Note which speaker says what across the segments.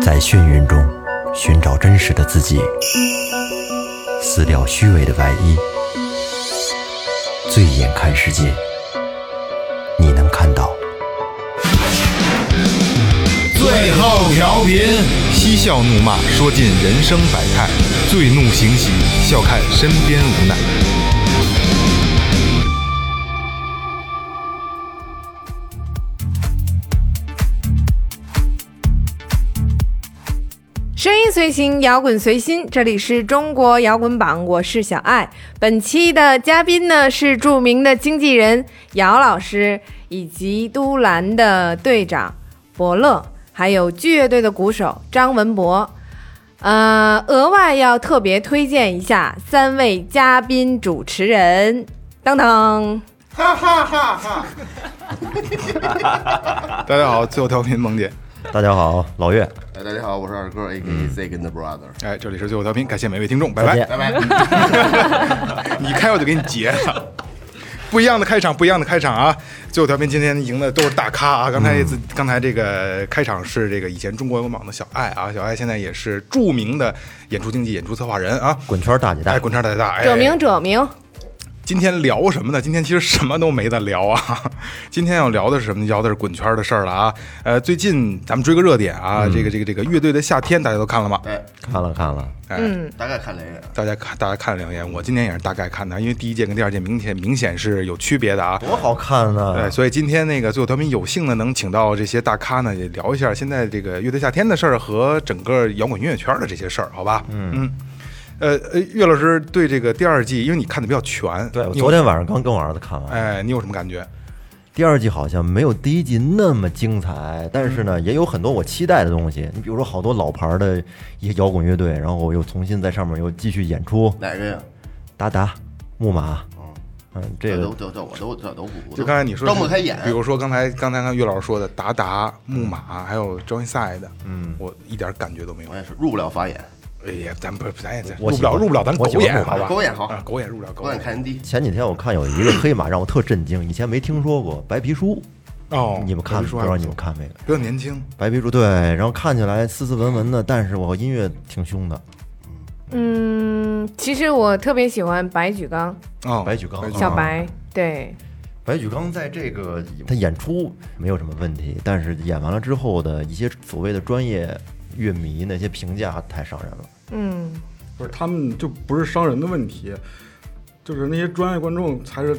Speaker 1: 在眩晕中寻找真实的自己，撕掉虚伪的外衣，醉眼看世界，你能看到。
Speaker 2: 最后调频，
Speaker 3: 嬉笑怒骂，说尽人生百态；醉怒行喜，笑看身边无奈。
Speaker 4: 声音随行，摇滚随心，这里是中国摇滚榜，我是小爱。本期的嘉宾呢是著名的经纪人姚老师，以及都兰的队长伯乐，还有剧乐队的鼓手张文博。呃，额外要特别推荐一下三位嘉宾主持人，当当。
Speaker 3: 大家好，最后调频萌姐，
Speaker 1: 大家好，老岳，
Speaker 2: 哎，大家好，我是二哥，A K A Z 跟 the brother。
Speaker 3: 哎，这里是最后调频，感谢每位听众，拜
Speaker 1: 再
Speaker 3: 拜。
Speaker 1: 见。
Speaker 2: 拜拜。
Speaker 3: 你开我就给你截了。 不一样的开场，不一样的开场啊！最后调频今天赢的都是大咖啊！刚才自、刚才这个开场是这个以前中国摇滚榜的小爱啊，小爱现在也是著名的演出经纪、演出策划人啊。
Speaker 1: 滚圈大姐大
Speaker 3: 哎，，滚叉大姐大，哎，
Speaker 4: 者明者明，
Speaker 3: 今天聊什么呢？今天其实什么都没得聊啊。 今天要聊的是什么？聊的是滚圈的事儿了啊。呃，最近咱们追个热点啊，
Speaker 1: 嗯
Speaker 3: 这个这个这个乐队的夏天，大家都看了吗？
Speaker 2: 哎，
Speaker 1: 看了看了，
Speaker 3: 哎，
Speaker 2: 大概看两眼，
Speaker 3: 大家看大家看了两眼，我今年也是大概看的，因为第一届跟第二届明显明显是有区别的啊。
Speaker 1: 多好看呢、
Speaker 3: 对，所以今天那个最后调频有幸呢，能请到这些大咖呢，也聊一下现在这个乐队夏天的事儿和整个摇滚音乐圈的这些事儿，好吧？嗯呃呃，岳老师对这个第二季，因为你看的比较全，
Speaker 1: 对，我
Speaker 3: 你有
Speaker 1: 昨天晚上刚跟我儿子看完。
Speaker 3: 哎，你有什么感觉？
Speaker 1: 第二季好像没有第一季那么精彩，但是呢，也有很多我期待的东西。你比如说好多老牌儿的一些摇滚乐队，然后我又重新在上面又继续演出，
Speaker 2: 哪个呀？
Speaker 1: 达达、木马，
Speaker 2: 嗯，
Speaker 1: 嗯，这
Speaker 2: 都
Speaker 1: 个
Speaker 2: 都都我都这都不，
Speaker 3: 就刚才你说
Speaker 2: 张不开眼，
Speaker 3: 比如说刚才刚才看岳老师说的达达、木马，还有 Johnny Side，嗯，我一点感觉都没有
Speaker 2: 我。也是入不了法眼，
Speaker 3: 哎呀，咱不，咱也咱
Speaker 1: 我
Speaker 3: 入
Speaker 1: 喜
Speaker 3: 不
Speaker 1: 欢
Speaker 3: 了，入不了，咱
Speaker 1: 我
Speaker 3: 狗
Speaker 1: 喜欢
Speaker 3: 眼
Speaker 1: 木马
Speaker 3: 好吧？
Speaker 2: 狗哎眼好
Speaker 3: 啊，狗眼入不了，
Speaker 2: 狗
Speaker 3: 狗
Speaker 2: 眼看人低。
Speaker 1: 前几天我看有一个黑马让我特震惊，以前没听说过白皮书，
Speaker 3: 哦，
Speaker 1: 你们看
Speaker 3: 别
Speaker 1: 不
Speaker 3: 说
Speaker 1: 知
Speaker 3: 还
Speaker 1: 道
Speaker 3: 不
Speaker 1: 你们
Speaker 3: 错
Speaker 1: 看没？
Speaker 3: 比较年轻，
Speaker 1: 白皮书对，然后看起来斯斯文文的，但是我音乐挺凶的，
Speaker 4: 嗯，其实我特别喜欢白举纲，
Speaker 3: 哦，
Speaker 1: 白举纲啊
Speaker 4: 小白，对，
Speaker 1: 白举纲在这个他演出没有什么问题，但是演完了之后的一些所谓的专业乐迷那些评价太伤人了。
Speaker 4: 嗯。
Speaker 5: 不是他们就不是伤人的问题，就是那些专业观众才是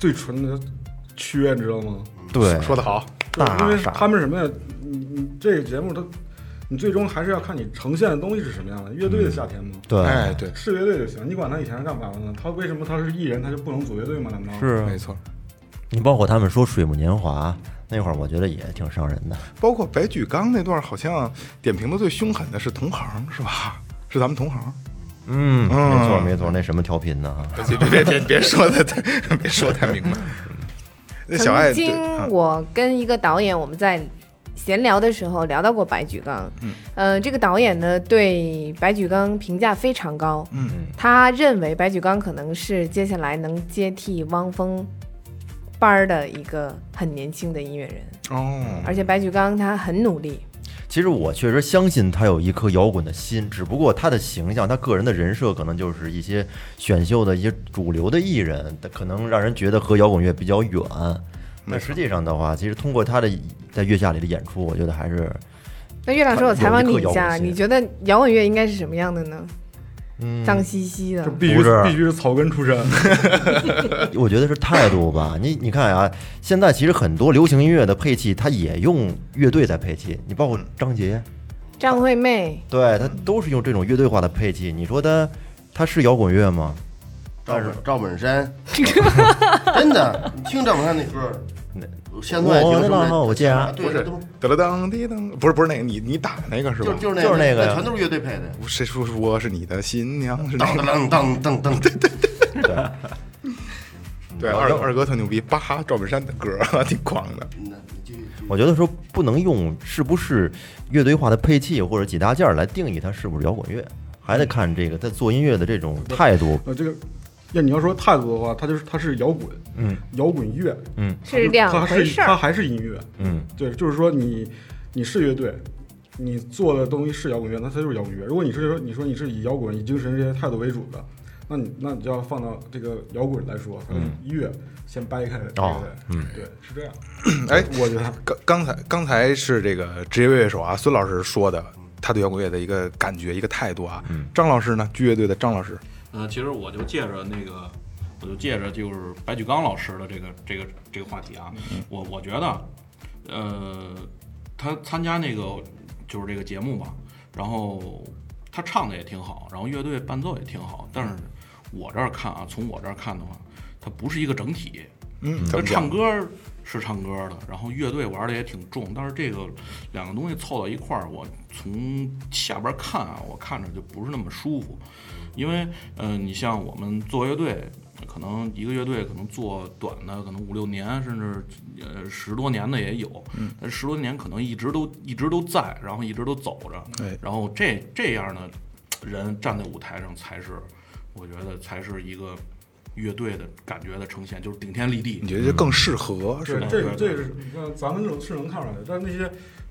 Speaker 5: 最纯的缺，你知道吗？
Speaker 1: 对，
Speaker 3: 说的好，
Speaker 5: 就是因
Speaker 1: 大
Speaker 5: 为
Speaker 1: 傻
Speaker 5: 他们什么呀？你你这个节目它，你最终还是要看你呈现的东西是什么样的。乐队的夏天嘛，
Speaker 1: 嗯对，
Speaker 3: 哎，对，
Speaker 5: 是乐队就行，你管他以前是干嘛的呢？他为什么他是艺人，他就不能组乐队吗？难道？
Speaker 1: 啊
Speaker 3: 没错。
Speaker 1: 你包括他们说《水木年华》那会儿，我觉得也挺伤人的。
Speaker 3: 包括白举纲那段，好像点评的最凶狠的是同行，是吧？是咱们同行。
Speaker 1: 嗯，
Speaker 3: 嗯
Speaker 1: 没错没错，那什么调频呢？哈
Speaker 3: 别别别别说的太，别说太明白。 那小爱
Speaker 4: 曾
Speaker 3: 对
Speaker 4: 经
Speaker 3: 嗯
Speaker 4: 我跟一个导演，我们在闲聊的时候聊到过白举纲，嗯，呃，这个导演呢对白举纲评价非常高，
Speaker 3: 嗯，
Speaker 4: 他认为白举纲可能是接下来能接替汪峰班儿的一个很年轻的音乐人，
Speaker 3: 哦，
Speaker 4: 而且白举纲他很努力，
Speaker 1: 其实我确实相信他有一颗摇滚的心，只不过他的形象、他个人的人设，可能就是一些选秀的一些主流的艺人，可能让人觉得和摇滚乐比较远。但实际上的话，其实通过他的在月下里的演出，我觉得还是
Speaker 4: 那月亮说：“我采访你一
Speaker 1: 有一颗摇滚
Speaker 4: 下，
Speaker 1: 心
Speaker 4: 你觉得摇滚乐应该是什么样的呢？
Speaker 1: 嗯，
Speaker 4: 脏兮兮的
Speaker 5: 就，必须
Speaker 1: 不是
Speaker 5: 必须是草根出身，
Speaker 1: 我觉得是态度吧。你你看啊，现在其实很多流行音乐的配器，它也用乐队在配器，你包括张杰，
Speaker 4: 张惠妹，
Speaker 1: 对他都是用这种乐队化的配器。你说他他是摇滚乐吗？
Speaker 2: 赵本赵本山，真的，你听赵本山那歌，现在
Speaker 1: 我
Speaker 2: 听
Speaker 1: 的
Speaker 2: 什
Speaker 1: 浪漫
Speaker 2: 么？
Speaker 1: 我家
Speaker 2: 啊对，
Speaker 3: 不是
Speaker 2: 都
Speaker 3: 得了当滴当，不是不是那个你你打那个是
Speaker 2: 就
Speaker 3: 吧？
Speaker 2: 就是
Speaker 1: 就是那
Speaker 2: 那
Speaker 1: 个呀
Speaker 2: 全都是乐队配的。
Speaker 3: 谁说我是你的新娘？是那
Speaker 2: 噔
Speaker 3: 个
Speaker 2: 噔噔噔噔噔，
Speaker 3: 对二二哥特牛逼，叭赵本山的歌挺狂的。
Speaker 2: 那你继续继续
Speaker 1: 我觉得说不能用是不是乐队化的配器或者几大件儿来定义它是不是摇滚乐，还得看这个他做音乐的这种态度。
Speaker 5: 呃，这个。要你要说态度的话，他就是他是摇滚，
Speaker 1: 嗯，
Speaker 5: 摇滚乐，
Speaker 1: 嗯
Speaker 5: 它
Speaker 4: 是两
Speaker 5: 它
Speaker 4: 回
Speaker 5: 是
Speaker 4: 事
Speaker 5: 它
Speaker 4: 儿。
Speaker 5: 还是音乐，
Speaker 1: 嗯，
Speaker 5: 对，就是说你你是乐队，你做的东西是摇滚乐，那它就是摇滚乐。如果你是说你说你是以摇滚、以精神这些态度为主的，那你那你就要放到这个摇滚来说，它的乐先掰开，对
Speaker 1: 嗯哦
Speaker 5: 不对？嗯，对，是这样。
Speaker 3: 哎，
Speaker 5: 我觉得
Speaker 3: 刚刚才刚才是这个职业乐手啊，孙老师说的他对摇滚乐的一个感觉、一个态度啊。张老师呢，剧乐队的张老师，
Speaker 6: 呃，其实我就借着那个，我就借着就是白举纲老师的这个这个这个话题啊，我我觉得，呃，他参加那个就是这个节目嘛，然后他唱的也挺好，然后乐队伴奏也挺好，但是我这儿看啊，从我这儿看的话，它不是一个整体，
Speaker 3: 嗯，怎
Speaker 6: 他
Speaker 3: 么讲
Speaker 6: 唱？歌是唱歌的，然后乐队玩的也挺重，但是这个两个东西凑到一块儿，我从下边看啊，我看着就不是那么舒服，因为嗯、呃你像我们做乐队，可能一个乐队可能做短的，可能五六年，甚至呃十多年的也有，
Speaker 3: 嗯
Speaker 6: 但是十多年可能一直都一直都在，然后一直都走着，
Speaker 3: 哎
Speaker 6: 然后这这样的人站在舞台上才是，我觉得才是一个。乐队的感觉的呈现就是顶天立地，
Speaker 3: 你觉得这更适合是
Speaker 5: 对
Speaker 3: 吗？，
Speaker 5: 这
Speaker 6: 对
Speaker 5: 个这个是你看咱们这种是能看出来的，但是那些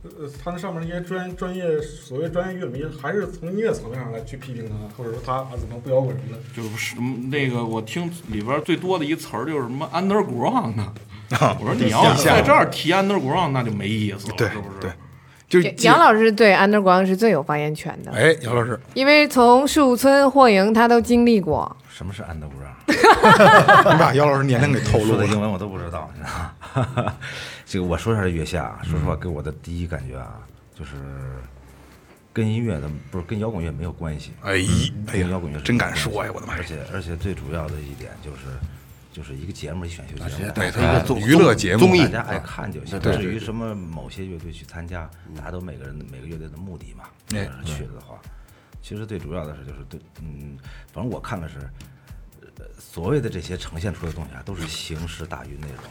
Speaker 5: 呃，他那上面那些专专业所谓专业乐迷，还是从音乐层面上来去批评他，或者说他啊怎么不摇滚什么的。
Speaker 6: 就是什么那个，我听里边最多的一词儿就是什么 underground 呢？
Speaker 7: 啊
Speaker 6: 我说你要是在这儿提 underground，那就没意思了，
Speaker 3: 对
Speaker 6: 是不是？
Speaker 3: 对，就
Speaker 4: 杨杨老师对 underground 是最有发言权的，
Speaker 3: 哎，杨老师，
Speaker 4: 因为从树村、霍营他都经历过。
Speaker 7: 什么是 underground？
Speaker 3: 你 把杨老师年龄给透
Speaker 7: 说
Speaker 3: 露
Speaker 7: 的英
Speaker 3: 了。
Speaker 7: 文我都不知道，你知道吗？ 这个我说一下这月下啊，说实
Speaker 6: 嗯
Speaker 7: 话，给我的第一感觉啊，就是跟音乐的不是跟摇滚乐没有关系，
Speaker 3: 哎，哎
Speaker 7: 跟摇
Speaker 3: 呀
Speaker 7: 滚乐是，
Speaker 3: 真敢说呀，我的妈
Speaker 7: 嗯而
Speaker 3: 呀！
Speaker 7: 且而且最主要的一点就是，就是一个节目，一选秀
Speaker 3: 啊
Speaker 7: 节目，
Speaker 2: 对，它一个综
Speaker 3: 娱乐节目
Speaker 2: 综艺
Speaker 7: 哎
Speaker 2: 啊
Speaker 7: 大，家爱看就行。
Speaker 2: 对
Speaker 7: 至于什么某些乐队去参加，大家都每个人每个乐队的目的嘛，
Speaker 3: 哎
Speaker 7: 要是去了的话，其实最主要的是就是对，嗯，反正我看的是，呃，所谓的这些呈现出来的东西啊，都是形式大于内容，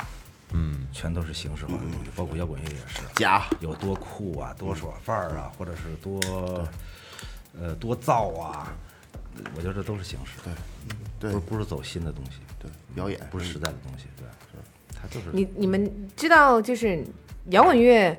Speaker 7: 嗯，全都是形式化的东西，包括摇滚乐也是，
Speaker 2: 假
Speaker 7: 有多酷啊，多爽范儿啊，或者是多，呃，多燥啊，我觉得这都是形式，
Speaker 2: 对
Speaker 7: 不是不是走心的东西，
Speaker 2: 对表演
Speaker 7: 不是实在的东西，对，它就是
Speaker 4: 你你们知道，就是摇滚乐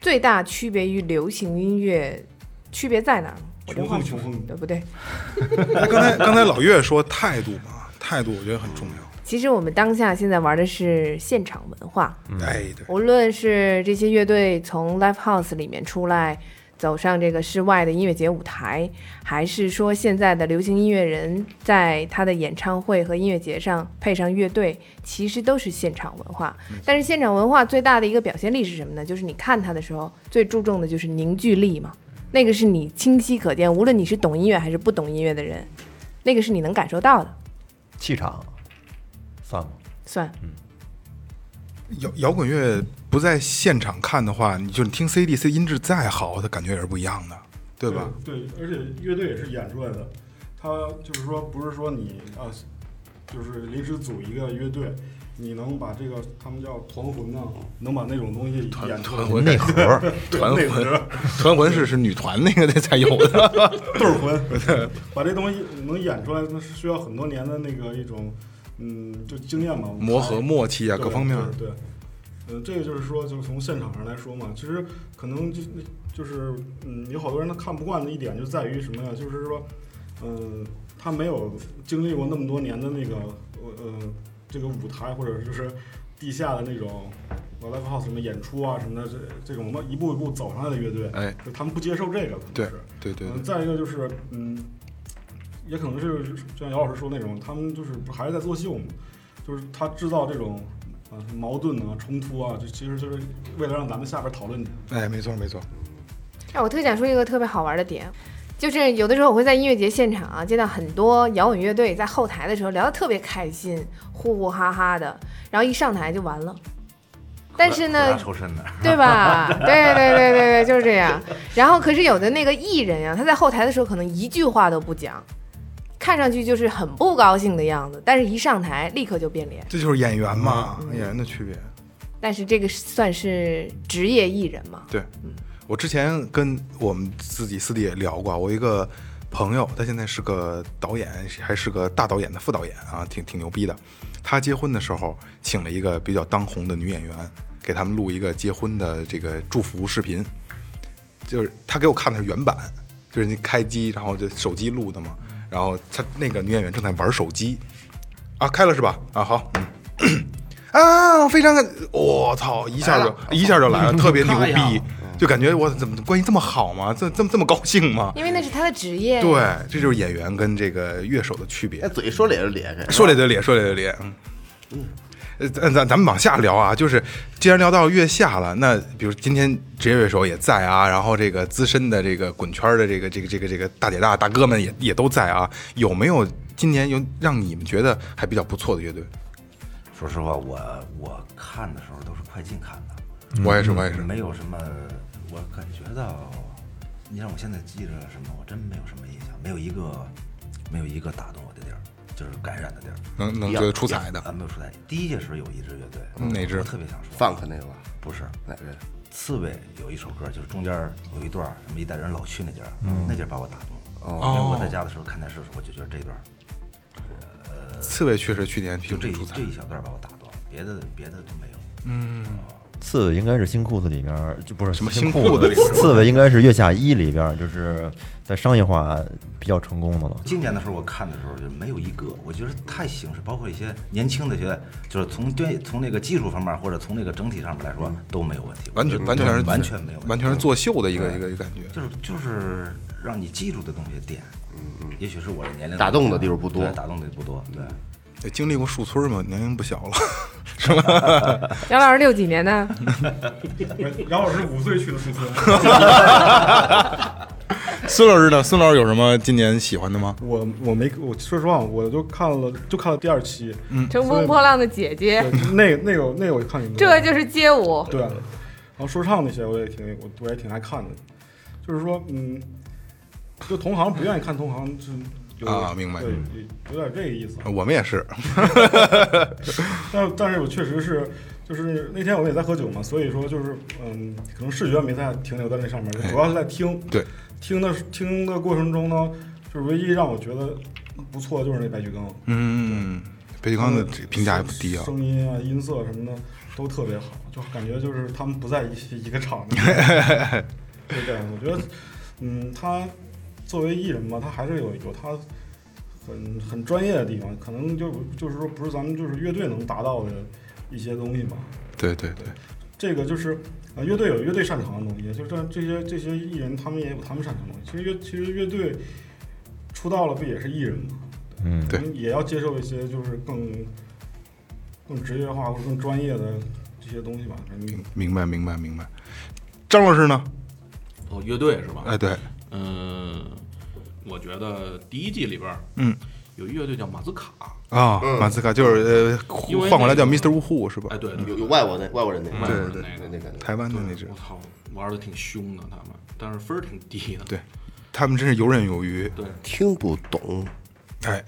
Speaker 4: 最大区别于流行音乐区别在哪儿吗？
Speaker 5: 穷横穷横，
Speaker 4: 对不对？
Speaker 3: 哎刚才刚才老岳说态度嘛，态度我觉得很重要。
Speaker 4: 其实我们当下现在玩的是现场文化，
Speaker 1: 嗯
Speaker 3: 哎，对，
Speaker 4: 无论是这些乐队从 live house 里面出来，走上这个室外的音乐节舞台，还是说现在的流行音乐人在他的演唱会和音乐节上配上乐队，其实都是现场文化。但是现场文化最大的一个表现力是什么呢？就是你看它的时候，最注重的就是凝聚力嘛，那个是你清晰可见，无论你是懂音乐还是不懂音乐的人，那个是你能感受到的。
Speaker 1: 气场算吗？
Speaker 4: 算，
Speaker 3: 摇摇滚乐不在现场看的话，你就你听 CDC 音质再好，它感觉也是不一样的，对吧？
Speaker 5: 对，而且乐队也是演出来的，他就是说不是说你啊，就是临时组一个乐队，你能把这个他们叫团魂呐，能把那种东西演出来。
Speaker 1: 嗯
Speaker 3: 魂
Speaker 1: 内核儿，
Speaker 3: 团
Speaker 5: 内
Speaker 3: 魂，团魂是是女团那个才有的，
Speaker 5: 对儿 魂，把这东西能演出来，那是需要很多年的那个一种，嗯，就经验嘛，
Speaker 3: 磨合默契啊，
Speaker 5: 对
Speaker 3: 各方面。
Speaker 5: 对，对呃，这个就是说，就是从现场上来说嘛，其实可能就就是，嗯，有好多人他看不惯的一点就在于什么呀？就是说，嗯、他没有经历过那么多年的那个，呃，呃这个舞台或者就是地下的那种。我 live house 什么演出啊什么的，这这种一步一步走上来的乐队，
Speaker 3: 哎，
Speaker 5: 就他们不接受这个，可能
Speaker 3: 对
Speaker 5: 是
Speaker 3: 对对
Speaker 5: 嗯，再一个就是，嗯，也可能是就像姚老师说那种，他们就是不还是在作秀嘛，就是他制造这种啊矛盾啊、冲突啊，这其实就是为了让咱们下边讨论去。
Speaker 3: 对，哎，没错没错，
Speaker 4: 哎，我特想说一个特别好玩的点，就是有的时候我会在音乐节现场啊，见到很多摇滚乐队在后台的时候聊得特别开心，呼呼哈哈的，然后一上台就完了。但是
Speaker 7: 苦
Speaker 4: 呢
Speaker 7: 大，仇深的。
Speaker 4: 对吧？对对对对对，就是这样。然后可是有的那个艺人啊，他在后台的时候可能一句话都不讲，看上去就是很不高兴的样子，但是一上台立刻就变脸。
Speaker 3: 这就是演员嘛，演员的区别。
Speaker 4: 但是这个算是职业艺人嘛？
Speaker 3: 对，我之前跟我们自己私底下聊过，啊我一个朋友，他现在是个导演，还是个大导演的副导演啊，挺挺牛逼的。他结婚的时候请了一个比较当红的女演员，给他们录一个结婚的这个祝福视频。就是他给我看的是原版，就是你开机然后就手机录的嘛，然后他那个女演员正在玩手机，啊，开了是吧？啊，好，嗯。 啊，非常感，我、操，一下就一下就来 了，特别牛逼，就感觉我怎么关系这么好吗？这这么这么高兴吗？
Speaker 4: 因为那是他的职业。
Speaker 3: 对，这就是演员跟这个乐手的区别
Speaker 2: 那。哎嘴说咧着咧着，
Speaker 3: 说咧就咧，说咧就咧。嗯，呃，咱咱咱们往下聊啊，就是既然聊到月下了，那比如今天职业乐手也在啊，然后这个资深的这个滚圈的这个这个这个这个大姐大大哥们也也都在啊，有没有今年有让你们觉得还比较不错的乐队？
Speaker 7: 说实话，我我看的时候都是快进看的，
Speaker 3: 我也是，我也是，
Speaker 7: 没有什么，我感觉到，你让我现在记着什么，我真没有什么印象，没有一个没有一个打动我的地儿，就是感染的地儿，
Speaker 3: 能能觉得出彩的
Speaker 7: 啊，没有出彩。第一届时候有一支乐队，
Speaker 3: 哪支
Speaker 7: 我特别想说，
Speaker 2: 放克那个吧，
Speaker 7: 不是
Speaker 2: 哪个？
Speaker 7: 刺猬有一首歌，就是中间有一段什么一代人老去那节儿，那节儿把我打动了。
Speaker 2: 哦
Speaker 7: 因为我在家的时候看电视的时候，我就觉得这段儿
Speaker 3: 刺猬确实去年
Speaker 7: 就
Speaker 3: 挺
Speaker 7: 这一
Speaker 3: 出彩
Speaker 7: 这。一小段儿把我打动了，别的别的都没有。
Speaker 1: 刺猬应该是新裤子里边儿，就不是什么
Speaker 3: 新裤
Speaker 1: 裤
Speaker 3: 子里边儿
Speaker 1: 刺猬应该是月下一里边儿，就是在商业化比较成功的了。
Speaker 7: 今年的时候，我看的时候就没有一个，我觉得太形式，包括一些年轻的觉得，就是从对从那个技术方面或者从那个整体上面来说都没有问题，
Speaker 3: 完全完全是
Speaker 7: 嗯完全没有问题，
Speaker 3: 完全是作秀的一个一个一个感觉。
Speaker 7: 就是就是让你记住的东西点，嗯嗯，也许是我的年龄
Speaker 2: 打动的地儿不多
Speaker 7: 对打动的不多，对，
Speaker 3: 也经历过树村嘛，年龄不小了，
Speaker 4: 姚老师六几年的？
Speaker 5: 然后我是五岁去的树村，
Speaker 3: 孙老师呢？孙老师有什么今年喜欢的吗？
Speaker 5: 我我没我说实话，我就看了就看了第二期，
Speaker 4: 乘风破浪的姐姐，
Speaker 5: 对那那个那个我看你们
Speaker 4: 嗯这就是街舞。
Speaker 5: 对，然后说唱那些我也挺我我也挺爱看的，就是说嗯，就同行不愿意看同行是有
Speaker 3: 啊明白
Speaker 5: 对，有点这个意思。啊
Speaker 3: 呃我们也是，
Speaker 5: 但但是我确实是，就是那天我也在喝酒嘛，所以说就是嗯，可能视觉没在停留在那上面，主要是在听。
Speaker 3: 对，
Speaker 5: 听的听的过程中呢，就是唯一让我觉得不错就是那白举纲，
Speaker 3: 嗯，北极
Speaker 5: 他
Speaker 3: 康的这个评价也不低啊。
Speaker 5: 声音啊、音色什么的都特别好，就感觉就是他们不在一一个场子。 对对，我觉得，嗯，他作为艺人嘛，他还是有有他很很专业的地方，可能就就是说不是咱们就是乐队能达到的一些东西吧。
Speaker 3: 对对对，
Speaker 5: 这个就是呃，乐队有乐队擅长的东西，就是这这些这些艺人他们也有他们擅长的东西。其实乐其实乐队出道了不也是艺人吗？
Speaker 1: 嗯，
Speaker 3: 对
Speaker 5: 可能也要接受一些就是更更职业化或者更专业的这些东西吧。反正
Speaker 3: 明明白明白明白。张老师呢？
Speaker 6: 哦，乐队是吧？
Speaker 3: 哎，对，
Speaker 6: 嗯，我觉得第一季里边，
Speaker 3: 嗯，
Speaker 6: 有一乐队叫马兹卡，
Speaker 3: 啊，马斯卡就是呃，
Speaker 6: 因为
Speaker 3: 换过来叫
Speaker 6: 那
Speaker 3: Mr.
Speaker 6: 个
Speaker 3: Wu Hu 是吧
Speaker 6: 哎，？对，
Speaker 2: 有有外国那外国人那
Speaker 6: 外国人
Speaker 2: 对
Speaker 6: 那个
Speaker 2: 那感觉。
Speaker 3: 台湾的嗯那支
Speaker 6: 我，操，玩的挺凶的他们，但是分儿挺低的。
Speaker 3: 对他们真是游刃有余。
Speaker 6: 对，
Speaker 2: 听不懂，
Speaker 3: 哎，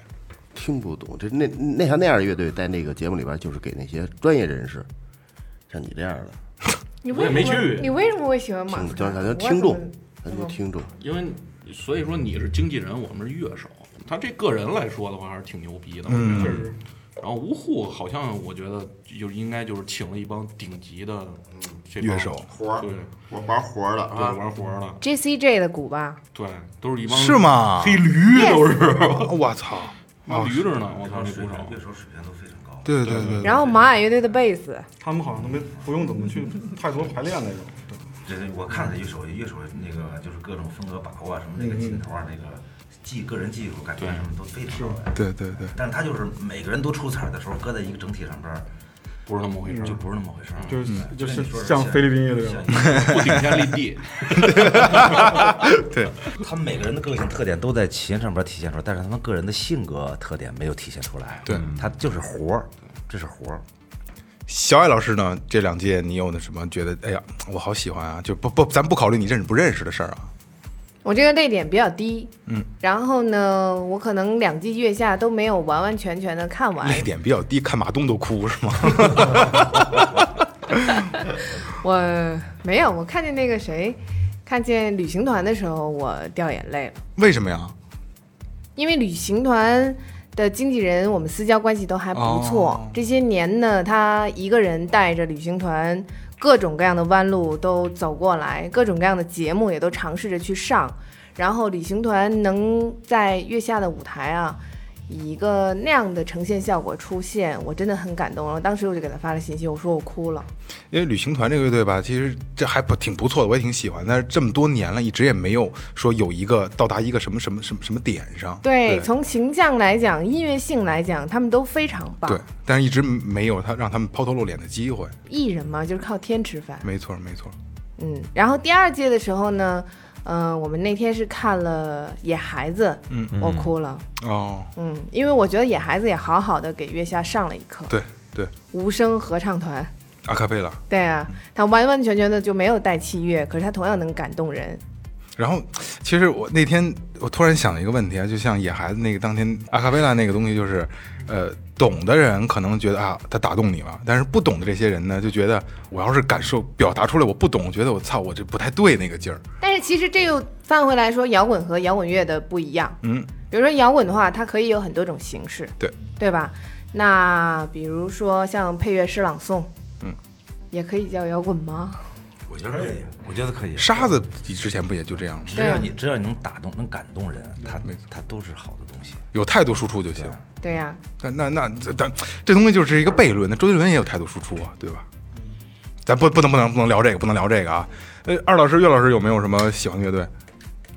Speaker 2: 听不懂，这那那像那样的乐队在那个节目里边，就是给那些专业人士，像你这样的，
Speaker 4: 你
Speaker 6: 我也没去
Speaker 4: 你为什么会喜欢马
Speaker 2: 听
Speaker 4: 斯
Speaker 2: 就是
Speaker 4: 克？
Speaker 2: 咱就
Speaker 4: 我
Speaker 2: 听众
Speaker 4: 怎么，
Speaker 2: 咱就听 众，
Speaker 6: 因为所以说你是经纪人，我们是乐手。他这个人来说的话，还是挺牛逼的。
Speaker 3: 嗯
Speaker 6: 我
Speaker 5: 确
Speaker 6: 觉得
Speaker 5: 实，
Speaker 6: 然后芜湖好像我觉得就是应该就是请了一帮顶级的嗯这帮
Speaker 3: 乐手
Speaker 2: 活儿
Speaker 6: 对
Speaker 2: 我玩活儿了
Speaker 6: 对，玩活儿的，
Speaker 4: JCJ 的鼓吧，
Speaker 6: 对，都是一帮
Speaker 3: 是？吗？
Speaker 6: 黑驴都是，
Speaker 3: 我操！
Speaker 6: 妈啊驴着呢，我操，那
Speaker 7: 水
Speaker 6: 鼓
Speaker 7: 平
Speaker 6: 手
Speaker 7: 乐手水平都非常高，
Speaker 3: 对对对对，
Speaker 4: 然后马雅乐队的贝斯，
Speaker 5: 他们好像都没不用怎么去太多排练那种。对
Speaker 7: 这个我看了乐手乐手那个就是各种风格把握啊，什么那个劲头啊，那个技个人技术感觉
Speaker 6: 对
Speaker 7: 什么都非常好。
Speaker 3: 对对对，
Speaker 7: 但是他就是每个人都出彩儿的时候，搁在一个整体上边儿，
Speaker 6: 不是那么回事儿，
Speaker 7: 就
Speaker 3: 嗯
Speaker 7: 不是那么回事儿。
Speaker 5: 就是
Speaker 7: 对
Speaker 5: 就
Speaker 7: 跟你说是
Speaker 5: 是嗯像
Speaker 7: 像
Speaker 5: 菲律宾乐队
Speaker 7: 像
Speaker 5: 嘛，
Speaker 6: 不顶天立 地。
Speaker 7: 他们每个人的个性特点都在琴上边体现出来，但是他们个人的性格特点没有体现出来。啊
Speaker 3: 对，
Speaker 7: 他就是活儿，这是活儿。
Speaker 3: 小艾老师呢？这两届你有的什么觉得？哎呀，我好喜欢啊！就不不，咱不考虑你认识不认识的事儿啊。
Speaker 4: 我这个泪点比较低，
Speaker 3: 嗯，
Speaker 4: 然后呢，我可能两季月下都没有完完全全的看 完，
Speaker 3: 泪点比较低，看马东都哭是吗？
Speaker 4: 我没有，我看见那个谁，看见旅行团的时候，我掉眼泪了，
Speaker 3: 为什么呀？
Speaker 4: 因为旅行团。的经纪人，我们私交关系都还不错。
Speaker 3: 哦
Speaker 4: 这些年呢，他一个人带着旅行团各种各样的弯路都走过来，各种各样的节目也都尝试着去上。然后旅行团能在月下的舞台啊，以一个那样的呈现效果出现，我真的很感动了。当时我就给他发了信息，我说我哭了。
Speaker 3: 因为旅行团这个乐队吧，其实这还不挺不错的，我也挺喜欢。但是这么多年了，一直也没有说有一个到达一个什么什么什么什么点上。
Speaker 4: 对，从形象来讲，音乐性来讲，他们都非常棒。
Speaker 3: 对，但是一直没有他让他们抛头露脸的机会。
Speaker 4: 艺人嘛，就是靠天吃饭。
Speaker 3: 没错，没错。
Speaker 4: 嗯，然后第二届的时候呢，嗯、我们那天是看了《野孩子》，
Speaker 3: 嗯
Speaker 4: 我哭了，
Speaker 3: 哦，
Speaker 4: 嗯，因为我觉得《野孩子》也好好的给月下上了一课，
Speaker 3: 对对，
Speaker 4: 无声合唱团，
Speaker 3: 阿卡贝拉。
Speaker 4: 对啊，他完完全全的就没有带器乐，可是他同样能感动人，
Speaker 3: 然后，其实我那天我突然想了一个问题啊，就像野孩子那个当天阿卡贝拉那个东西，就是，呃，懂的人可能觉得啊，他打动你了，但是不懂的这些人呢，就觉得我要是感受表达出来我不懂，我觉得我操，我这不太对那个劲儿。
Speaker 4: 但是其实这又翻回来说，摇滚和摇滚乐的不一样。
Speaker 3: 嗯，
Speaker 4: 比如说摇滚的话，它可以有很多种形式，
Speaker 3: 对
Speaker 4: 对吧？那比如说像配乐诗朗诵，
Speaker 3: 嗯，
Speaker 4: 也可以叫摇滚吗？
Speaker 7: 我觉得可以，我觉得可以。
Speaker 3: 沙子之前不也就这样吗？
Speaker 7: 只要
Speaker 5: 啊
Speaker 7: 你只要你能打动、能感动人，它它都是好的东西。
Speaker 3: 有态度输出就行。
Speaker 4: 对呀、
Speaker 3: 但那那这但这东西就是一个悖论，那周杰伦也有态度输出啊，对吧？咱不不能不能不能聊这个，不能聊这个啊。呃，二老师、岳老师有没有什么喜欢的乐队？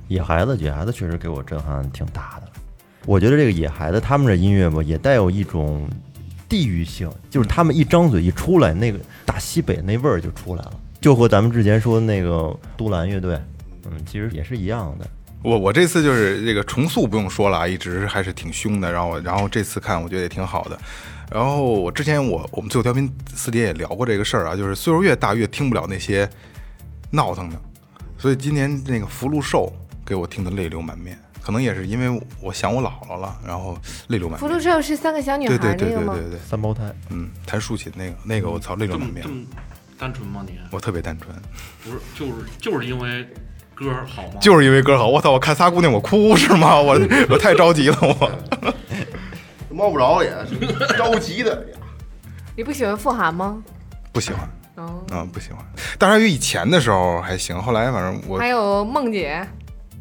Speaker 1: 野孩子，野孩子确实给我震撼挺大的。我觉得这个野孩子他们这音乐吧，也带有一种地域性，就是他们一张嘴一出来，那个大西北那味儿就出来了，就和咱们之前说的那个都兰乐队，嗯，其实也是一样的。
Speaker 3: 我我这次就是这个重塑不用说了啊，一直还是挺凶的。然后我然后这次看我觉得也挺好的。然后我之前我我们最后调频四姐也聊过这个事儿啊，就是岁数越大越听不了那些闹腾的，所以今年那个福禄寿给我听得泪流满面，可能也是因为我想我姥姥了，然后泪流满
Speaker 4: 福
Speaker 3: 面。
Speaker 4: 禄寿是三个小女
Speaker 3: 对对
Speaker 4: 孩
Speaker 3: 对
Speaker 4: 那
Speaker 3: 对
Speaker 4: 个
Speaker 3: 对
Speaker 4: 吗？
Speaker 3: 对对，
Speaker 1: 三胞胎，
Speaker 3: 嗯，弹竖琴那个那个我操泪流
Speaker 6: 这
Speaker 3: 满
Speaker 6: 么
Speaker 3: 面
Speaker 6: 这，么单纯吗你？
Speaker 3: 我特别单纯，
Speaker 6: 不是，就是就是因为歌儿好吗？
Speaker 3: 就是因为歌好，我操，我看仨姑娘我哭是吗？我我太着急了我。
Speaker 2: 摸不着也， 着急的。
Speaker 4: 你不喜欢富含吗？
Speaker 3: 不喜欢，
Speaker 4: 哦，
Speaker 3: 嗯，不喜欢。大鲨鱼以前的时候还行，后来反正我
Speaker 4: 还有梦姐，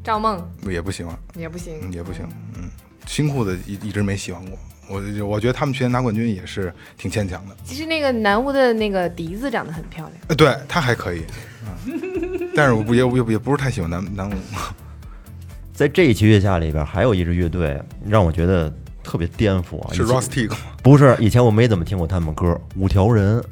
Speaker 4: 赵梦
Speaker 3: 也不喜欢，
Speaker 4: 也不行，
Speaker 3: 嗯也不行，嗯，新裤子一一直没喜欢过。我我觉得他们去年拿冠军也是挺牵强的，
Speaker 4: 其实那个南巫的那个笛子长得很漂亮，
Speaker 3: 呃，对他还可以，嗯，但是我不也也也不是太喜欢男男五，
Speaker 1: 在这一期月下里边，还有一支乐队让我觉得特别颠覆啊，
Speaker 3: 是
Speaker 1: 以前
Speaker 3: Rustic
Speaker 1: 不是以前我没怎么听过他们歌，五条人，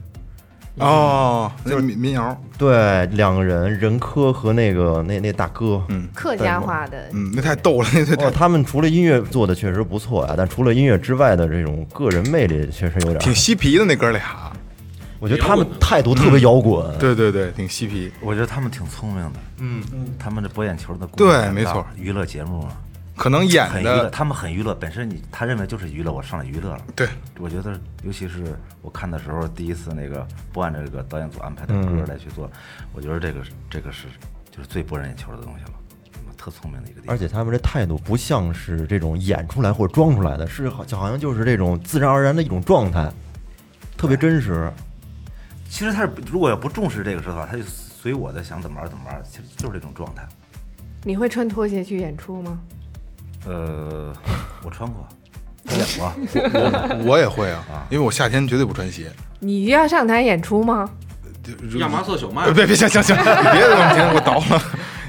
Speaker 3: 哦，就是民民谣，
Speaker 1: 对，两个人，任科和那个那那大哥，嗯。
Speaker 4: 客家话的
Speaker 3: 嗯，那太逗了，那 太
Speaker 1: 哦，他们除了音乐做的确实不错呀、但除了音乐之外的这种个人魅力，确实有点
Speaker 3: 挺。嬉皮的那哥俩，
Speaker 1: 我觉得他们态度特别摇滚，
Speaker 3: 对对对，挺嬉皮，
Speaker 7: 我觉得他们挺聪明的，
Speaker 6: 嗯，
Speaker 7: 他们这博眼球的
Speaker 3: 对
Speaker 7: 功夫很
Speaker 3: 没
Speaker 7: 大
Speaker 3: 错
Speaker 7: 娱乐节目嘛，
Speaker 3: 可能演
Speaker 7: 很娱乐，
Speaker 3: 的
Speaker 7: 他们很娱乐，本身你他认为就是娱乐，我上来娱乐了。
Speaker 3: 对，
Speaker 7: 我觉得尤其是我看的时候，第一次那个不按这个导演组安排的歌来去做，我觉得这个是这个是就是最博人眼球的东西了，特聪明的一个地方。
Speaker 1: 而且他们这态度不像是这种演出来或者装出来的，是好像好像就是这种自然而然的一种状态，特别真实。
Speaker 7: 其实他是如果要不重视这个事儿的话，他就随我的想怎么玩儿怎么玩儿，其实就是这种状态。
Speaker 4: 你会穿拖鞋去演出吗？
Speaker 7: 呃， 我穿过，我演过，
Speaker 3: 我也会啊，因为我夏天绝对不穿鞋，
Speaker 4: 你要上台演出吗？
Speaker 3: 就就
Speaker 6: 亚麻色小麦
Speaker 3: 呃，别别行行 行，你别这么停，我倒了。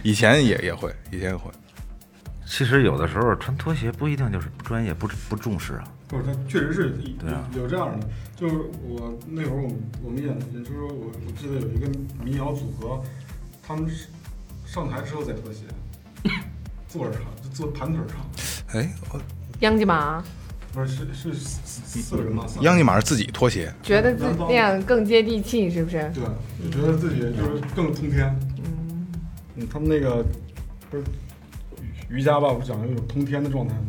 Speaker 3: 以前也也会，以前也会，
Speaker 7: 其实有的时候穿拖鞋不一定就是不专业，不不重视啊。
Speaker 5: 不是，他确实是有
Speaker 7: 对啊
Speaker 5: 有这样的，就是我那会儿我们我们演，也就是说我我记得有一个民谣组合，他们是上台之后再脱鞋，坐着唱，就坐盘腿儿唱，
Speaker 3: 哎，我
Speaker 4: 央吉玛
Speaker 5: 不是是是四四个人嘛，三个人
Speaker 3: 央尼玛是自己脱鞋，
Speaker 4: 觉得自己那样更接地气，是不是？
Speaker 5: 对，啊我觉得自己就是更通天。嗯，他们那个不是瑜伽吧，不是讲究一种通天的状态吗？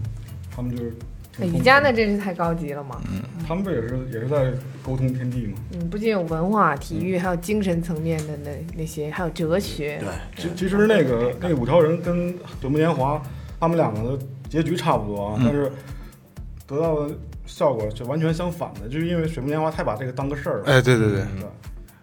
Speaker 5: 他们就是挺
Speaker 4: 哎
Speaker 5: 通
Speaker 4: 瑜伽那真是太高级了嘛！
Speaker 3: 嗯
Speaker 5: 他们不也是也是在沟通天地嘛？
Speaker 4: 嗯，不仅有文化、体育，还有精神层面的那那些，还有哲学。
Speaker 5: 其其实那个那五条人跟九牧年华他们两个的结局差不多啊，
Speaker 3: 嗯
Speaker 5: 但是得到的效果却完全相反的，就是因为水木年华太把这个当个事儿了。嗯
Speaker 3: 哎，对对对，
Speaker 5: 对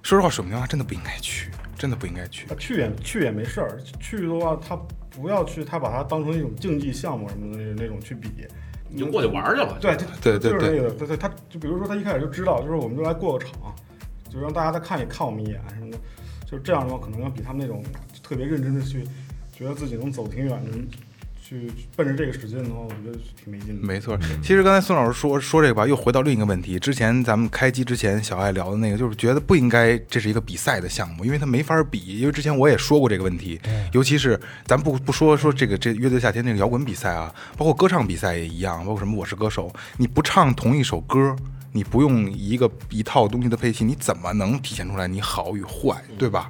Speaker 3: 说实话，水木年华真的不应该去，真的不应该去
Speaker 5: 他。去也去也没事儿，去的话他不要去，他把它当成一种竞技项目什么的那那种去比，嗯
Speaker 6: 你就过去玩儿去了。
Speaker 5: 啊对，就
Speaker 3: 对对
Speaker 5: 就是
Speaker 3: 对
Speaker 5: 那个，对对，他就比如说他一开始就知道，就是我们就来过个场，就让大家再看也看我们一眼什么的，就是这样的话，可能要比他们那种就特别认真的去，觉得自己能走挺远的，去奔着这个使劲的话，我觉得挺没劲的。
Speaker 3: 没错，其实刚才孙老师说说这个吧，又回到另一个问题。之前咱们开机之前，小爱聊的那个，就是觉得不应该这是一个比赛的项目，因为它没法比。因为之前我也说过这个问题，尤其是咱不不说说这个这乐队夏天这个摇滚比赛啊，包括歌唱比赛也一样，包括什么我是歌手，你不唱同一首歌。你不用一个一套东西的配器，你怎么能体现出来你好与坏，对吧？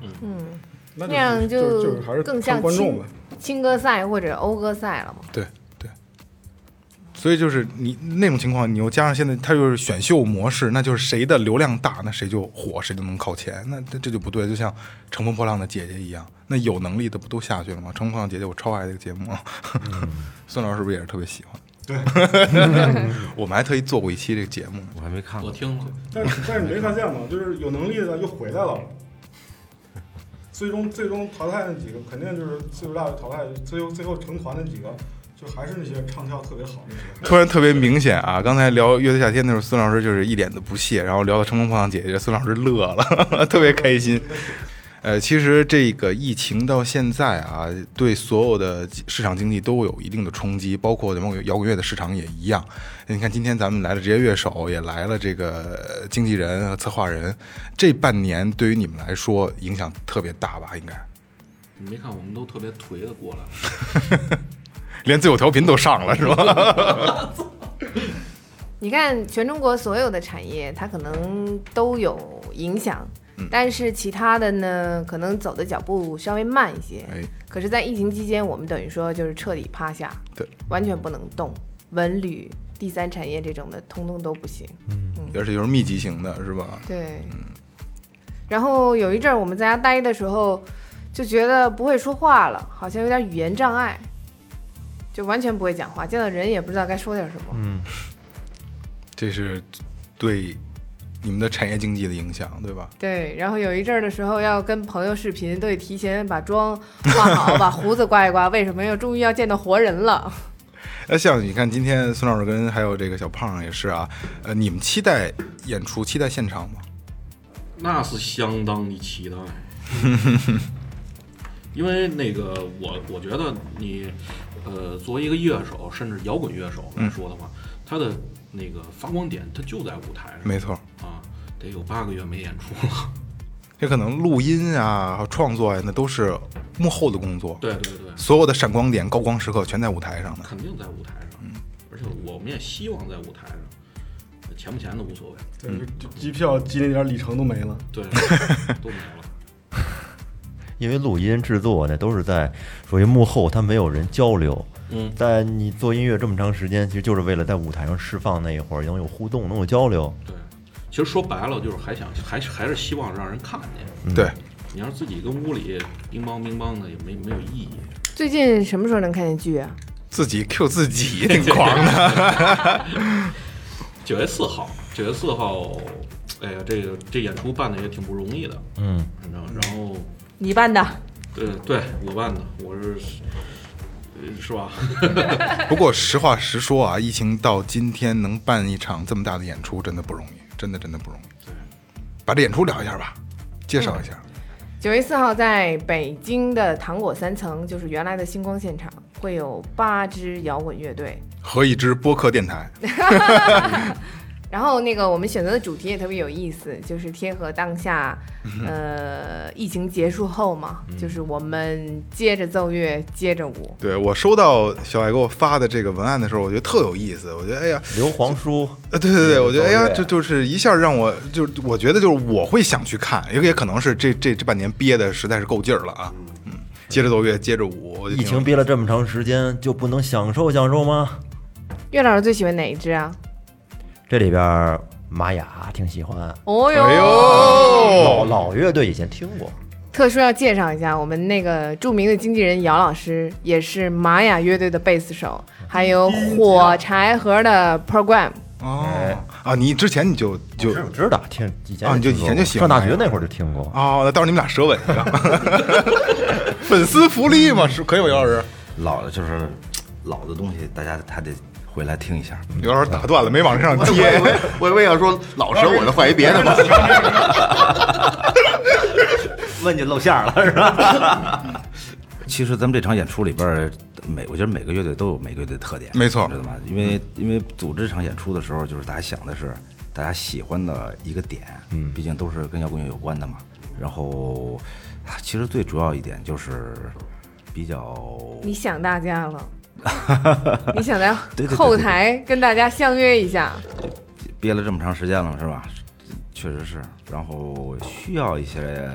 Speaker 5: 那
Speaker 4: 那样
Speaker 5: 就就就是还是
Speaker 4: 更
Speaker 5: 看
Speaker 4: 像
Speaker 5: 观众
Speaker 4: 青
Speaker 5: 吧。
Speaker 4: 青歌赛或者欧歌赛了嘛。
Speaker 3: 对对，所以就是你那种情况，你又加上现在它就是选秀模式，那就是谁的流量大，那谁就火，谁就能靠前，那这这就不对，就像《乘风破浪的姐姐》一样，那有能力的不都下去了吗？《乘风破浪姐姐》我超爱这个节目， 孙老师是不是也是特别喜欢？对，我们还特意做过一期这个节目呢。
Speaker 7: 我还没看
Speaker 6: 我
Speaker 7: 过。
Speaker 6: 听了，
Speaker 5: 但是但是你没看见吗？就是有能力的又回来了。最终最终淘汰那几个，肯定就是岁数大的淘汰，最后最后成团那几个，就还是那些唱跳特别好那些。
Speaker 3: 突然特别明显啊！刚才聊《乐队夏天》的时候，孙老师就是一脸的不屑，然后聊到《乘风破浪姐姐》，孙老师乐了， 特别开心。呃，其实这个疫情到现在啊，对所有的市场经济都有一定的冲击，包括咱们摇滚乐的市场也一样。你看，今天咱们来了职业乐手，也来了这个呃经纪人、和策划人，这半年对于你们来说影响特别大吧？应该
Speaker 6: 你没看我们都特别颓的过来了。
Speaker 3: 连最后调频都上了是吧？
Speaker 4: 你看，全中国所有的产业，它可能都有影响，
Speaker 3: 嗯
Speaker 4: 但是其他的呢，可能走的脚步稍微慢一些。
Speaker 3: 哎，
Speaker 4: 可是，在疫情期间，我们等于说就是彻底趴下，
Speaker 3: 对，
Speaker 4: 完全不能动，文旅、第三产业这种的，通通都不行。
Speaker 3: 嗯而且又是密集型的，是吧？
Speaker 4: 对。
Speaker 3: 嗯
Speaker 4: 然后有一阵儿我们在家待的时候，就觉得不会说话了，好像有点语言障碍，就完全不会讲话，见到人也不知道该说点什么。
Speaker 3: 这是对你们的产业经济的影响，对吧？
Speaker 4: 对，然后有一阵儿的时候要跟朋友视频，都得提前把妆化 好，把胡子刮一刮。为什么要终于要见到活人了？
Speaker 3: 那像你看，今天孙老师跟还有这个小胖也是啊，呃，你们期待演出、期待现场吗？
Speaker 6: 那是相当的期待，因为那个我我觉得你，呃，作为一个乐手，甚至摇滚乐手来说的话，他的那个发光点，他就在舞台上
Speaker 3: 没错，
Speaker 6: 啊，得有八个月没演出了。
Speaker 3: 这可能录音啊、和创作呀、那都是幕后的工作，
Speaker 6: 对对对，
Speaker 3: 所有的闪光点、高光时刻全在舞台上的。
Speaker 6: 肯定在舞台上，而且我们也希望在舞台上，钱不钱的无所谓，
Speaker 5: 对，就就机票机那点里程都没了。
Speaker 6: 对，都没了。
Speaker 1: 因为录音制作呢，都是在属于幕后，他没有人交流。
Speaker 6: 嗯，
Speaker 1: 在你做音乐这么长时间，其实就是为了在舞台上释放那一会儿能有互动，能有交流。
Speaker 6: 对，其实说白了就是还想还是还是希望让人看见。
Speaker 3: 对，
Speaker 6: 你要是自己跟屋里乒乓乒乓的，也没没有意义。
Speaker 4: 最近什么时候能看见剧啊？
Speaker 3: 自己 Q 自己挺狂的。
Speaker 6: 九月四号，九月四号，哎呀，这个这演出办的也挺不容易的，
Speaker 1: 嗯，
Speaker 6: 反正然后，
Speaker 4: 你办的？
Speaker 6: 对对，我办的，我是，呃是吧？
Speaker 3: 不过实话实说啊，疫情到今天能办一场这么大的演出，真的不容易，真的真的不容易。
Speaker 6: 对，嗯
Speaker 3: 把这演出聊一下吧，介绍一下。
Speaker 4: 九月四号在北京的糖果三层，就是原来的星光现场，会有八支摇滚乐队。
Speaker 3: 和一支播客电台。
Speaker 4: 然后那个我们选择的主题也特别有意思，就是贴合当 下，呃，疫情结束后嘛，就是我们接着奏乐，接着舞。
Speaker 3: 对我收到小爱给我发的这个文案的时候，我觉得特有意思。我觉得哎呀，
Speaker 1: 刘皇叔，
Speaker 3: 呃，对对对，我觉得哎呀，
Speaker 7: 对
Speaker 3: 就就是一下让我就我觉得就是我会想去看，也也可能是这这这半年憋的实在是够劲儿了啊。嗯，接着奏乐，接着舞，我就
Speaker 1: 疫情
Speaker 3: 挺
Speaker 1: 憋了这么长时间，就不能享受享受吗？
Speaker 4: 岳老师最喜欢哪一支啊？
Speaker 1: 这里边儿玛雅挺喜欢，
Speaker 4: 哦
Speaker 3: 哎
Speaker 1: 老
Speaker 3: 呦，
Speaker 1: 老乐队以前听过，
Speaker 4: 特殊要介绍一下，我们那个著名的经纪人姚老师，也是玛雅乐队的贝斯手，还有火柴盒的 Program
Speaker 3: 哦啊，你之前你就就
Speaker 1: 我知道听以前
Speaker 3: 啊你就
Speaker 1: 听
Speaker 3: 以前就
Speaker 1: 过
Speaker 3: 喜
Speaker 1: 上
Speaker 3: 欢
Speaker 1: 大
Speaker 3: 那
Speaker 1: 学
Speaker 3: 个
Speaker 1: 那会儿就听过，
Speaker 3: 哦，那到时候你们俩舌吻一个，粉丝福利嘛，是可以吧？姚老师，
Speaker 7: 老的就是老的东西，大家还得回来听一下。
Speaker 3: 姚老师打断了，没往上
Speaker 2: 我
Speaker 3: 接。
Speaker 2: 我我 我也要说老实，我就换一别 的吧。
Speaker 7: 问就露馅了， 是吧？ 其实咱们这场演出里边儿，每我觉得每个乐队都有每个乐队的特点，
Speaker 3: 没错嗯
Speaker 7: 你知道吗？因为因为组织这场演出的时候，就是大家想的是大家喜欢的一个点，嗯，毕竟都是跟摇滚乐有关的嘛。然后，啊其实最主要一点就是比较
Speaker 4: 你想大家了，你想在
Speaker 7: 对对对对
Speaker 4: 后台跟大家相约一下，
Speaker 7: 憋了这么长时间了，是吧？确实是，然后需要一些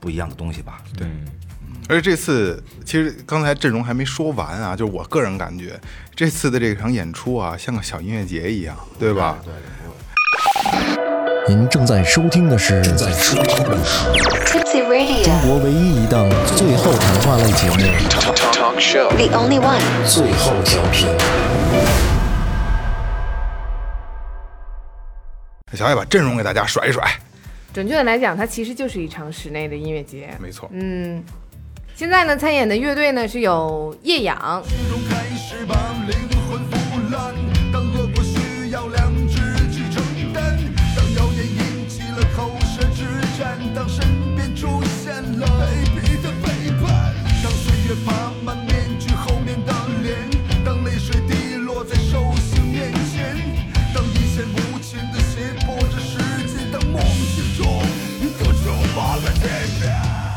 Speaker 7: 不一样的东西吧。对，
Speaker 3: 而且这次其实刚才阵容还没说完啊，就是我个人感觉这次的这场演出啊，像个小音乐节一样，对吧？对
Speaker 8: 您正在收听的是
Speaker 9: Tipsy Radio,
Speaker 8: 中国唯一一档最后谈话类节目
Speaker 9: the only one.
Speaker 8: 《最后调频》。
Speaker 3: 小野把阵容给大家甩一甩，
Speaker 4: 准确的来讲，它其实就是一场室内的音乐节。
Speaker 3: 没错。
Speaker 4: 嗯，现在呢，参演的乐队呢是有夜仰，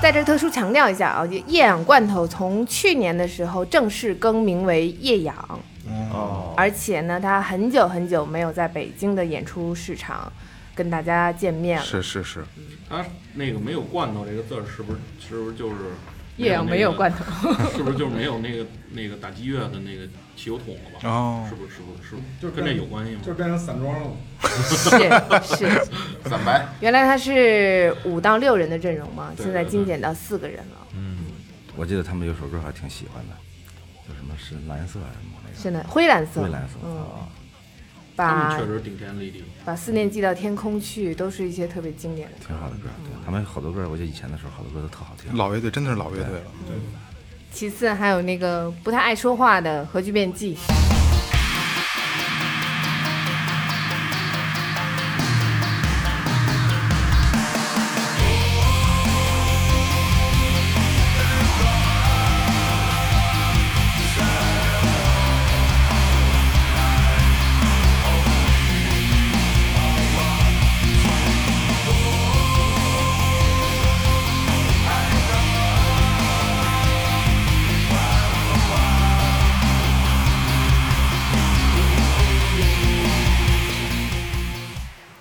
Speaker 4: 在这儿特殊强调一下啊，夜氧罐头从去年的时候正式更名为夜氧，哦，而且呢，它很久很久没有在北京的演出市场跟大家见面了。
Speaker 3: 是是是，
Speaker 6: 它啊那个没有“罐头”这个字儿，是不是是不是就是
Speaker 4: 夜氧哎没有罐头，
Speaker 6: 头，是不是就没有那个那个打击乐的那个汽油桶了吧？
Speaker 3: 哦
Speaker 6: 是不是是不是是不是
Speaker 5: 就是
Speaker 6: 跟这有关系吗？
Speaker 5: 就变成散装了。
Speaker 4: 是是，
Speaker 2: 散白，
Speaker 4: 原来它是五到六人的阵容嘛，
Speaker 6: 对
Speaker 4: 现在
Speaker 6: 对
Speaker 4: 精简到四个人了。
Speaker 7: 我记得他们有首歌还挺喜欢的，叫什么是蓝色还是什么那个？
Speaker 4: 现在灰蓝色，
Speaker 7: 灰蓝色
Speaker 4: 嗯，
Speaker 7: 啊，
Speaker 6: 他们
Speaker 4: 把
Speaker 6: 确实顶天立地。
Speaker 4: 把思念寄到天空去，都是一些特别经典的歌。
Speaker 7: 挺好的歌。对，他们好多歌，我记得以前的时候好多歌都特好听。
Speaker 3: 老乐队真的是老乐队了。
Speaker 4: 其次还有那个不太爱说话的核聚变剂，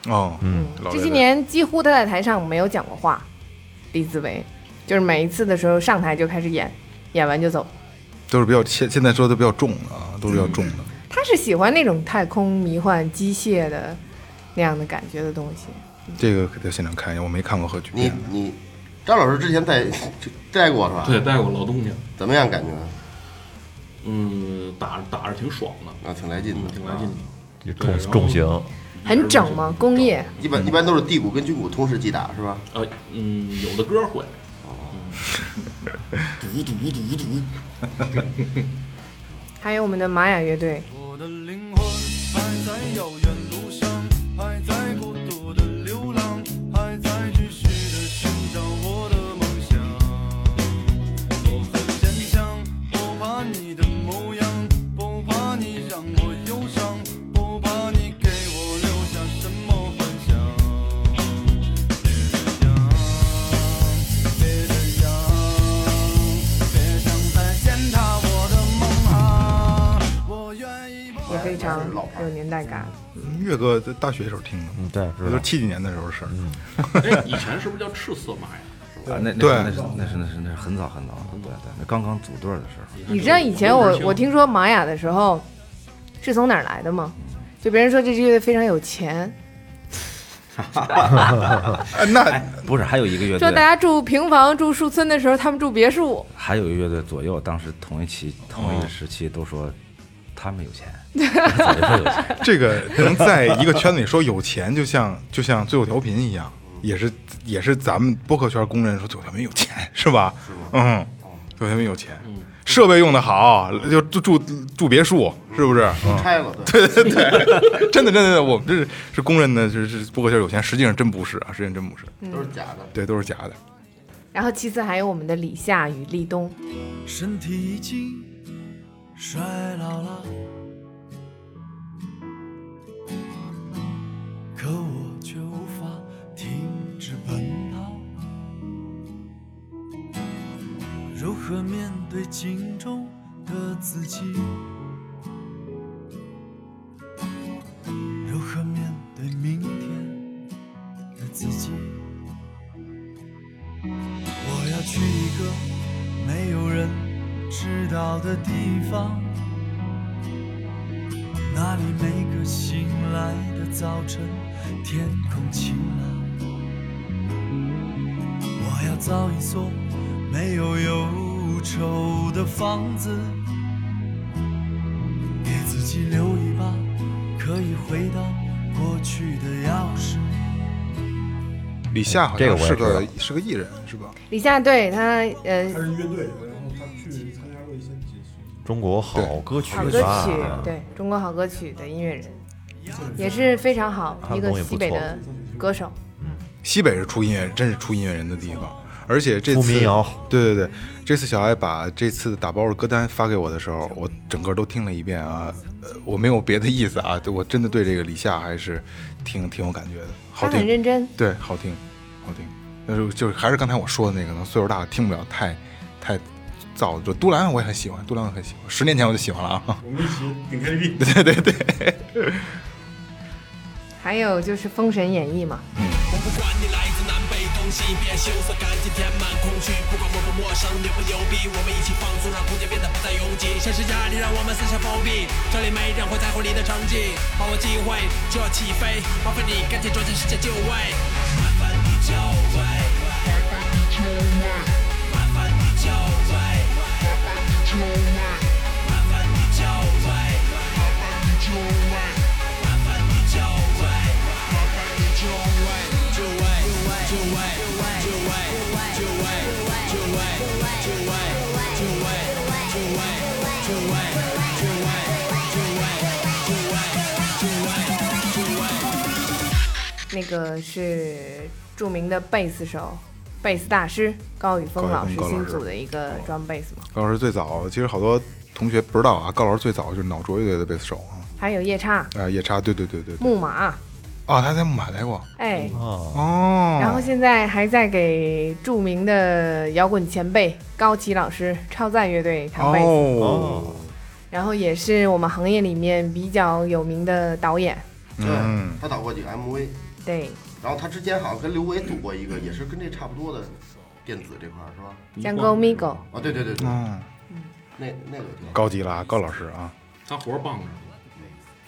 Speaker 3: 哦，嗯，老
Speaker 4: 这
Speaker 3: 乐
Speaker 4: 些
Speaker 3: 队。
Speaker 4: 年几乎他在台上没有讲过话。李子维就是每一次的时候上台就开始演，演完就走。
Speaker 3: 都是比较现现在说的比较重的啊，都是比较重的。
Speaker 4: 他是喜欢那种太空迷幻、机械的那样的感觉的东西。
Speaker 3: 这个给在现场看一下，我没看过贺剧
Speaker 2: 你
Speaker 3: 片。
Speaker 2: 你张老师之前在摘过是吧？
Speaker 6: 对，带过老东家，
Speaker 2: 怎么样感觉？
Speaker 6: 嗯，打打着挺爽的，
Speaker 2: 啊，挺来劲的，
Speaker 6: 嗯挺来劲的。
Speaker 1: 就
Speaker 6: 对
Speaker 1: 重
Speaker 6: 然后
Speaker 1: 重型，
Speaker 4: 很整吗？工业
Speaker 2: 啊一般一般都是地鼓跟军鼓同时击打是吧？
Speaker 6: 呃，嗯，有的歌 会，
Speaker 4: 还有我们的玛雅乐队，
Speaker 10: 我的灵魂还在遥远路上，还在孤独的流浪，还在继续的寻找我的梦想。我很坚强，不怕你的模样，不怕你让我忧伤，不怕你给我留下什么幻想。别这样，别这样，别想再践踏我的梦啊！我愿意把。
Speaker 4: 也非常有年代感。
Speaker 3: 岳哥在大学时候听的，
Speaker 1: 嗯，对，嗯
Speaker 3: 这
Speaker 1: 知
Speaker 3: 都
Speaker 1: 道
Speaker 3: 是。七几年的时候的事儿。
Speaker 6: 哎，以前是不是叫赤色马呀？
Speaker 7: 啊，那那
Speaker 3: 对
Speaker 7: 那是那是那是那是很早很早了，对对，那刚刚组队的时候，
Speaker 4: 你知道以前我我听说玛雅的时候，是从哪儿来的吗？就别人说这支乐队非常有钱，
Speaker 3: 啊，那
Speaker 7: 不是还有一个乐
Speaker 4: 说大
Speaker 7: 队，
Speaker 4: 家住平房、住树村的时候，他们住别墅。
Speaker 7: 还有一个乐队左右，当时同一期同一个时期都说他们有 钱，早就说有钱。
Speaker 3: 这个能在一个圈子里说有钱，就像就像最后调频一样，也是也是咱们播客圈公认说最后调频有钱是吧？嗯，最后调频有钱，设备用的好，就住住住别墅是不是？嗯
Speaker 2: 拆了，对，
Speaker 3: 对对对， 真的真的真的，我们这是是公认的，就是播客圈有钱，实际上真不是啊，实际上真不是，
Speaker 2: 都是假的。
Speaker 3: 对，都是假的。
Speaker 4: 然后其次还有我们的李夏与立冬，
Speaker 10: 身体已经衰老了，可我却无法停止奔跑。如何面对镜中的自己？如何面对明天的自己？我要去一个没有人知道的地方，那里每个醒来的早晨天空晴朗。我要造一所没有忧愁的房子，给自己留一把可以回到过去的钥匙。
Speaker 3: 李夏好
Speaker 1: 这个
Speaker 3: 像
Speaker 1: 我也
Speaker 3: 是
Speaker 1: 知
Speaker 3: 个
Speaker 1: 道
Speaker 3: 是个艺人是吧？
Speaker 4: 李夏对他呃
Speaker 5: 他是乐队，然后他去参加过一些节
Speaker 1: 中国好歌曲啊
Speaker 4: 好歌
Speaker 1: 吧
Speaker 4: 曲，
Speaker 3: 啊
Speaker 4: 对中国好歌曲的音乐人，
Speaker 3: 嗯
Speaker 4: 也是非常好
Speaker 1: 韩
Speaker 4: 一个
Speaker 1: 红也不
Speaker 4: 西北
Speaker 1: 错
Speaker 4: 的歌手。
Speaker 3: 西北是出音乐，真是出音乐人的地方。而且这
Speaker 1: 出
Speaker 3: 次
Speaker 1: 民谣，
Speaker 3: 对对对，这次小爱把这次打包的歌单发给我的时候，我整个都听了一遍啊，呃，我没有别的意思啊，对我真的对这个李夏还是挺挺有感觉的，好
Speaker 4: 他很
Speaker 3: 听，
Speaker 4: 认真，
Speaker 3: 对，好听，好听。但是就是还是刚才我说的那个，可能岁数大了听不了太太燥。就杜兰我也很喜欢，杜兰我很喜欢，十年前我就喜欢了啊。
Speaker 5: 目，我们一起顶 KTV。
Speaker 4: 还有就是《封神演义》嘛，那个是著名的贝斯手、贝斯大师高宇峰
Speaker 3: 高宇峰
Speaker 4: 老师
Speaker 3: 高老师
Speaker 4: 新组的一个装贝斯嘛，
Speaker 3: 高老师最早，其实好多同学不知道啊，高老师最早就是脑浊乐队的贝斯手啊，
Speaker 4: 还有夜叉、
Speaker 3: 啊、夜叉，对对对对对，
Speaker 4: 木马，
Speaker 3: 啊，他在木马来过，
Speaker 4: 哎，
Speaker 1: 啊，
Speaker 3: 嗯哦，
Speaker 4: 然后现在还在给著名的摇滚前辈高旗老师超赞乐队弹贝斯，
Speaker 3: 哦，
Speaker 4: 然后也是我们行业里面比较有名的导演，
Speaker 3: 嗯，
Speaker 2: 他导过几个 MV，
Speaker 4: 对，
Speaker 2: 然后他之前好像跟刘维组过一个，也是跟这差不多的电子这块儿是吧？
Speaker 4: 江沟 Migo，
Speaker 2: 啊，对对对对，
Speaker 3: 嗯，
Speaker 2: 那那个挺好。
Speaker 3: 高级了啊，高老师啊，
Speaker 6: 他活儿棒着呢。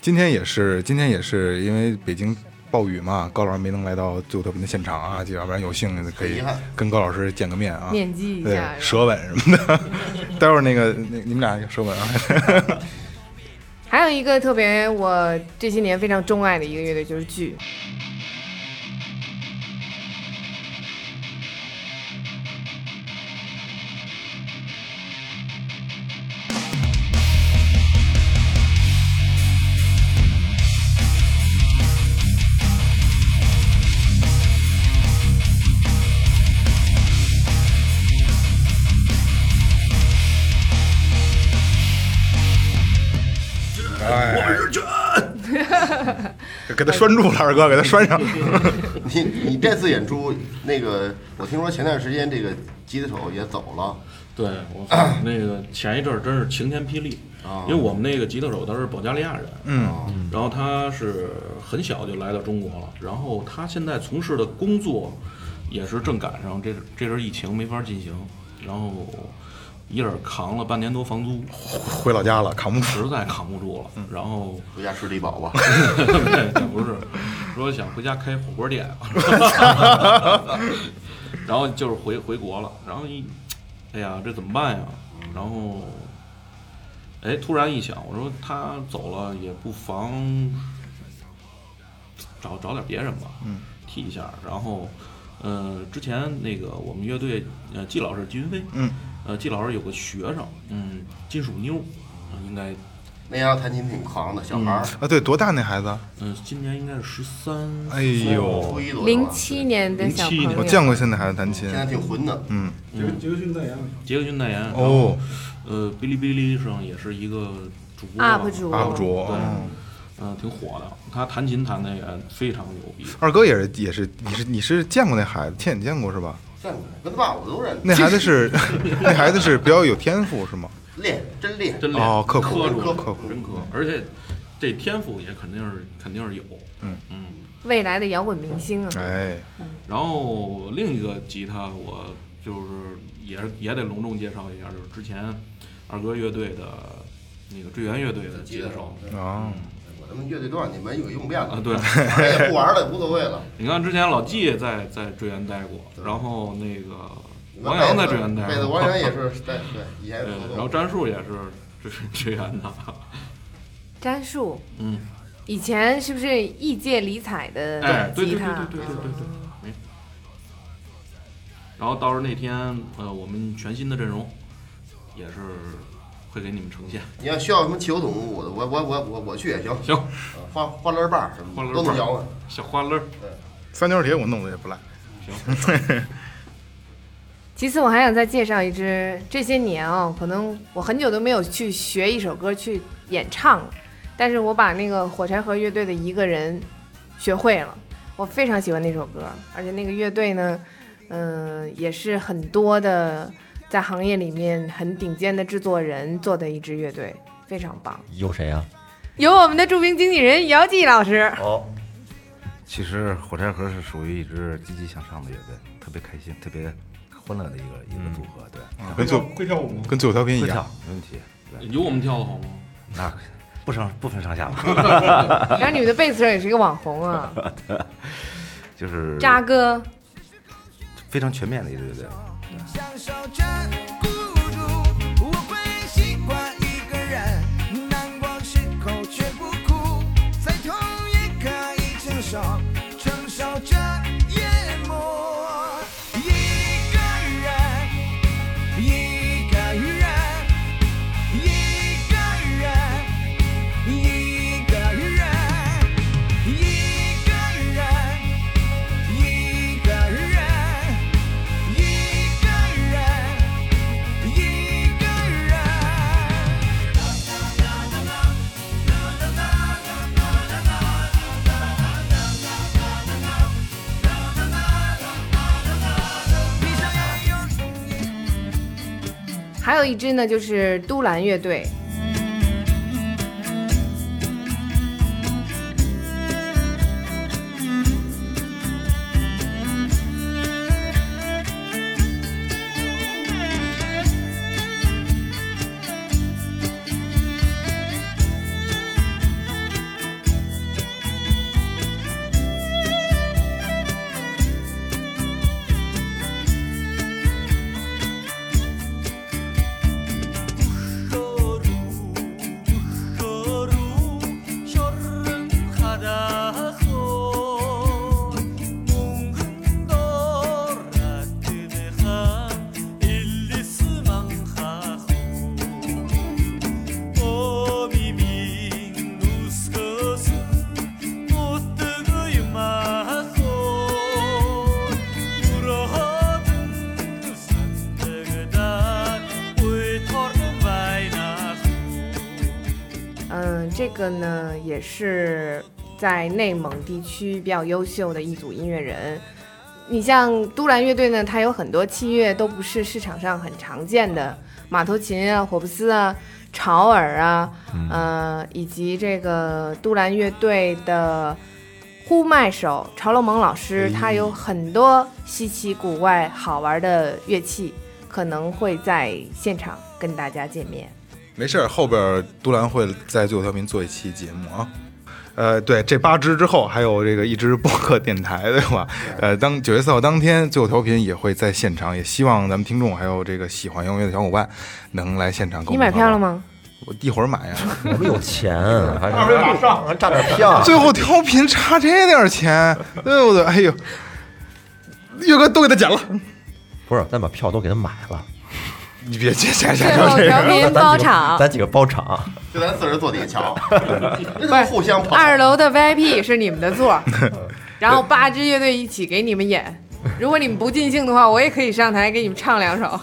Speaker 3: 今天也是，今天也是因为北京暴雨嘛，高老师没能来到最后特别的现场啊，就要不然有幸可以
Speaker 2: 很遗憾
Speaker 3: 跟高老师见个面啊，
Speaker 4: 面基一
Speaker 3: 对
Speaker 4: 下，，
Speaker 3: 舌吻什么的。 待会儿那个那你们俩舌吻啊，
Speaker 4: 还有一个特别我这些年非常钟爱的一个乐队就是剧，
Speaker 3: 给他拴住了，二哥给他拴上。
Speaker 2: 你你这次演出，那个我听说前段时间这个吉他手也走了，
Speaker 6: 对我那个前一阵儿真是晴天霹雳，啊因为我们那个吉他手他是保加利亚人，嗯，然后他是很小就来到中国了，然后他现在从事的工作也是正赶上这这阵儿疫情没法进行，然后一人扛了半年多房租，
Speaker 3: 回老家了，扛不住。
Speaker 6: 实在扛不住了，然后
Speaker 2: 回家吃低保吧。
Speaker 6: 对，不是，说想回家开火锅店，然后就是回回国了，然后一，哎呀，这怎么办呀？然后哎，突然一想，我说他走了也不妨找找点别人吧，嗯，替一下。然后，呃，之前那个我们乐队，呃，季老师季云飞，
Speaker 3: 嗯，
Speaker 6: 呃，季老师有个学生，嗯，金属妞，呃应该，
Speaker 2: 那丫头弹琴挺狂的，小孩儿，
Speaker 3: 啊，对，多大那孩子？
Speaker 6: 嗯、今年应该是十三，
Speaker 3: 哎呦，
Speaker 2: 初一
Speaker 6: 哦
Speaker 2: 左右
Speaker 4: 零
Speaker 2: 吧，
Speaker 4: 七年的小朋
Speaker 6: 07年
Speaker 4: 友，
Speaker 3: 我见过现在孩子弹琴
Speaker 2: 现，在挺混的，
Speaker 3: 嗯，
Speaker 5: 杰克杰克逊代言，
Speaker 6: 杰克逊代言，然后
Speaker 3: 哦，
Speaker 6: 呃，哔哩哔哩上也是一个主播吧
Speaker 4: UP 主
Speaker 3: ，UP 主，
Speaker 6: 对
Speaker 3: 哦
Speaker 6: 嗯，挺火的。他弹琴弹的也非常牛逼。
Speaker 3: 二哥也是也是，你是你是见过那孩子，亲眼见过是吧？
Speaker 2: 见过跟他爸我都认识，
Speaker 3: 那孩子是 那孩子是比较有天赋是吗？
Speaker 2: 练真练，
Speaker 6: 真练
Speaker 3: 哦刻苦
Speaker 6: 磕住了
Speaker 3: 刻苦
Speaker 6: 真磕，而且这天赋也肯定是肯定是有，
Speaker 3: 嗯
Speaker 6: 嗯。
Speaker 4: 未来的摇滚明星啊，
Speaker 3: 哎，
Speaker 6: 然后另一个吉他，我就是也是也得隆重介绍一下，就是之前二哥乐队的那个追源乐队的吉他手
Speaker 3: 啊，
Speaker 2: 我他妈乐队多少年没有用遍
Speaker 6: 啊，
Speaker 2: 了，
Speaker 6: 对，
Speaker 2: 玩儿也不玩儿了，也无所谓了。
Speaker 6: 你看之前老纪在在追源待过，然后那个王
Speaker 2: 阳
Speaker 6: 阳在追源待
Speaker 2: 对对，
Speaker 6: 过，
Speaker 2: 王阳也 是在对以前合
Speaker 6: 嗯对，然
Speaker 2: 作，
Speaker 6: 后詹树也是追追源的，
Speaker 4: 詹树
Speaker 6: 嗯，
Speaker 4: 以前是不是异界理彩的
Speaker 6: 哎，对嗯
Speaker 4: 吉
Speaker 6: 对对对
Speaker 4: 他
Speaker 6: 对？对对对，没。然后到时候那天，呃，我们全新的阵容也是会给你们呈现。
Speaker 2: 你要需要什么汽油桶，我我我我我我去也行，
Speaker 6: 行，
Speaker 2: 呃花花轮儿把儿什
Speaker 6: 花
Speaker 2: 么
Speaker 6: 轮
Speaker 2: 的都
Speaker 6: 儿
Speaker 2: 能
Speaker 6: 把儿
Speaker 2: 摇啊。
Speaker 6: 小花乐，
Speaker 3: 三角铁我弄的也不赖，
Speaker 4: 其次，我还想再介绍一支，这些年哦，可能我很久都没有去学一首歌去演唱了，但是我把那个火柴盒乐队的一个人学会了，我非常喜欢那首歌，而且那个乐队呢，嗯、也是很多的在行业里面很顶尖的制作人做的一支乐队，非常棒。
Speaker 1: 有谁啊？
Speaker 4: 有我们的著名经纪人姚继老师，
Speaker 1: 哦，
Speaker 7: 其实火柴盒是属于一支积极向上的乐队，特别开心、特别欢乐的一个一个组合，对，
Speaker 1: 嗯
Speaker 3: 跟
Speaker 5: 跳
Speaker 3: 最
Speaker 5: 会跳舞吗？
Speaker 3: 跟最后调频一
Speaker 7: 会
Speaker 3: 样
Speaker 7: 跳，没问题，对，
Speaker 6: 有我们跳的好吗？
Speaker 7: 那不上不分上下 吧，
Speaker 4: 然后你们的贝斯手也是一个网红啊，
Speaker 7: 就是
Speaker 4: 渣哥，
Speaker 7: 非常全面的一支乐队。
Speaker 1: 嗯
Speaker 10: 享受着孤独，我会习惯一个人，难过时候却不哭，再痛也可以承受，承受着夜幕。一个人，一个人，一个人，一个人，一个人，一个人。一个人，一个人。
Speaker 4: 还有一支呢就是都兰乐队。嗯，这个呢也是在内蒙地区比较优秀的一组音乐人。你像都兰乐队呢，它有很多器乐都不是市场上很常见的，马头琴啊、火布斯啊、潮耳啊，呃，以及这个都兰乐队的呼麦手潮龙蒙老师，他有很多稀奇古怪、好玩的乐器，可能会在现场跟大家见面。
Speaker 3: 没事儿，后边儿都兰会在最后调频做一期节目啊。呃，对，这八支之后还有这个一支播客电台，对吧？呃，当九月四号当天，最后调频也会在现场，也希望咱们听众还有这个喜欢摇滚乐的小伙伴能来现场跟我
Speaker 4: 你
Speaker 3: 们
Speaker 4: 买
Speaker 3: 一块儿
Speaker 4: 票了
Speaker 3: 玩？
Speaker 4: 吗？
Speaker 3: 我一会儿买呀。啊
Speaker 1: 我们有钱，啊还是
Speaker 5: 二维码上
Speaker 1: 还占点票。
Speaker 3: 最后调频差这点钱，对不对？哎呦，岳哥都给他剪了，
Speaker 1: 不是，咱把票都给他买了，
Speaker 3: 你别接下下
Speaker 4: 最
Speaker 3: 这
Speaker 4: 后
Speaker 3: 个。
Speaker 4: 调频包场，
Speaker 1: 咱几个包场。
Speaker 2: 就咱四人坐底下瞧，那他妈互相捧。
Speaker 4: 二楼的 VIP 是你们的 座儿，然后八支乐队一起给你们演。如果你们不尽兴的话，我也可以上台给你们唱两首。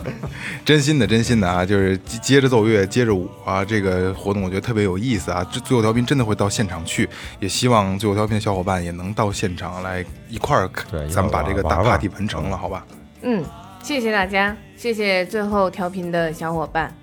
Speaker 3: 真心的，真心的啊，就是接接着奏乐，接着舞啊，这个活动我觉得特别有意思啊。最最后调频真的会到现场去，也希望最后调频的小伙伴也能到现场来一块儿看
Speaker 1: 对，
Speaker 3: 咱们把这个
Speaker 1: 一块儿
Speaker 3: 大
Speaker 1: 玩玩
Speaker 3: party 完成了，好吧？
Speaker 4: 嗯，谢谢大家，谢谢最后调频的小伙伴。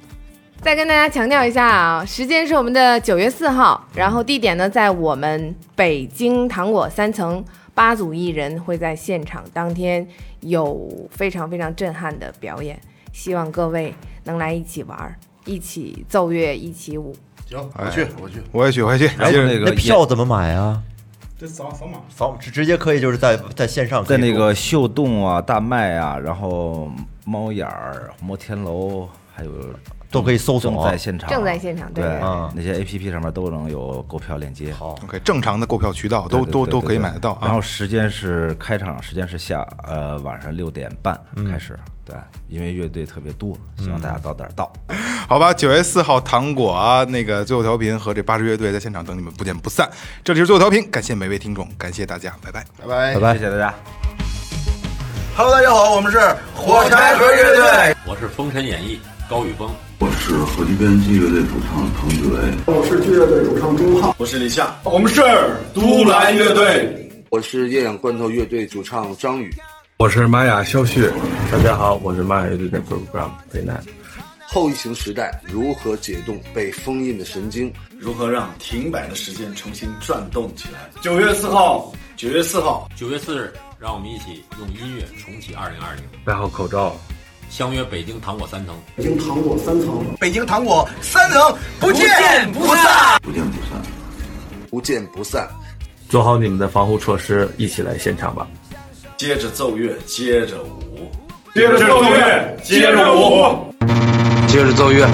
Speaker 4: 再跟大家强调一下啊，时间是我们的九月四号，然后地点呢在我们北京糖果三层，八组艺人会在现场，当天有非常非常震撼的表演，希望各位能来一起玩儿，一起奏乐，一起舞。
Speaker 2: 行，我去，我去。
Speaker 3: 我也去，我也去，
Speaker 7: 然
Speaker 3: 接
Speaker 7: 后
Speaker 3: 着
Speaker 7: 那个
Speaker 1: 那
Speaker 7: 也
Speaker 1: 票怎么买啊？
Speaker 5: 这扫扫码，
Speaker 1: 扫直直接可以就是在在线上可
Speaker 7: 在
Speaker 1: 以
Speaker 7: 那
Speaker 1: 购
Speaker 7: 个秀动啊、大麦啊，然后猫眼儿、摩天楼，还有
Speaker 1: 都可以搜索
Speaker 7: 正在现场，
Speaker 4: 正在现场对
Speaker 7: 对
Speaker 1: 啊
Speaker 7: 那些 A P P 上面都能有购票链接，
Speaker 1: 好
Speaker 3: OK，正常的购票渠道
Speaker 7: 对，
Speaker 3: 都
Speaker 7: 对
Speaker 3: 都
Speaker 7: 对
Speaker 3: 都
Speaker 7: 对
Speaker 3: 可以
Speaker 7: 对
Speaker 3: 买得到啊。
Speaker 7: 然后时间是开场时间是下呃晚上六点半
Speaker 3: 嗯
Speaker 7: 开始，对，因为乐队特别多，希望大家早点到。
Speaker 3: 好吧，九月四号糖果啊，那个最后调频和这八支乐队在现场等你们，不见不散。这里是最后调频，感谢每位听众，感谢大家，拜拜。
Speaker 2: 拜拜
Speaker 1: 拜拜
Speaker 7: 哎谢谢大家。
Speaker 2: Hello，大家好，我们是火柴盒乐队。
Speaker 11: 我是《封神演义》高宇峰。
Speaker 10: 都兰乐队。
Speaker 11: 我是夜氧罐头乐队主唱张宇。我是玛雅肖旭。大家好，我是玛雅乐队的 program 北南。后疫情时代如何解冻被封印的神经？如何让停摆的时间重新转动起来？九月四号，九月四号，九月四日，让我们一起用音乐重启二零二零。戴好口罩，相约北京糖果三层。不见不散。
Speaker 8: 做好你们的防护措施，一起来现场吧。
Speaker 11: 接着奏乐，接着舞，接着奏乐，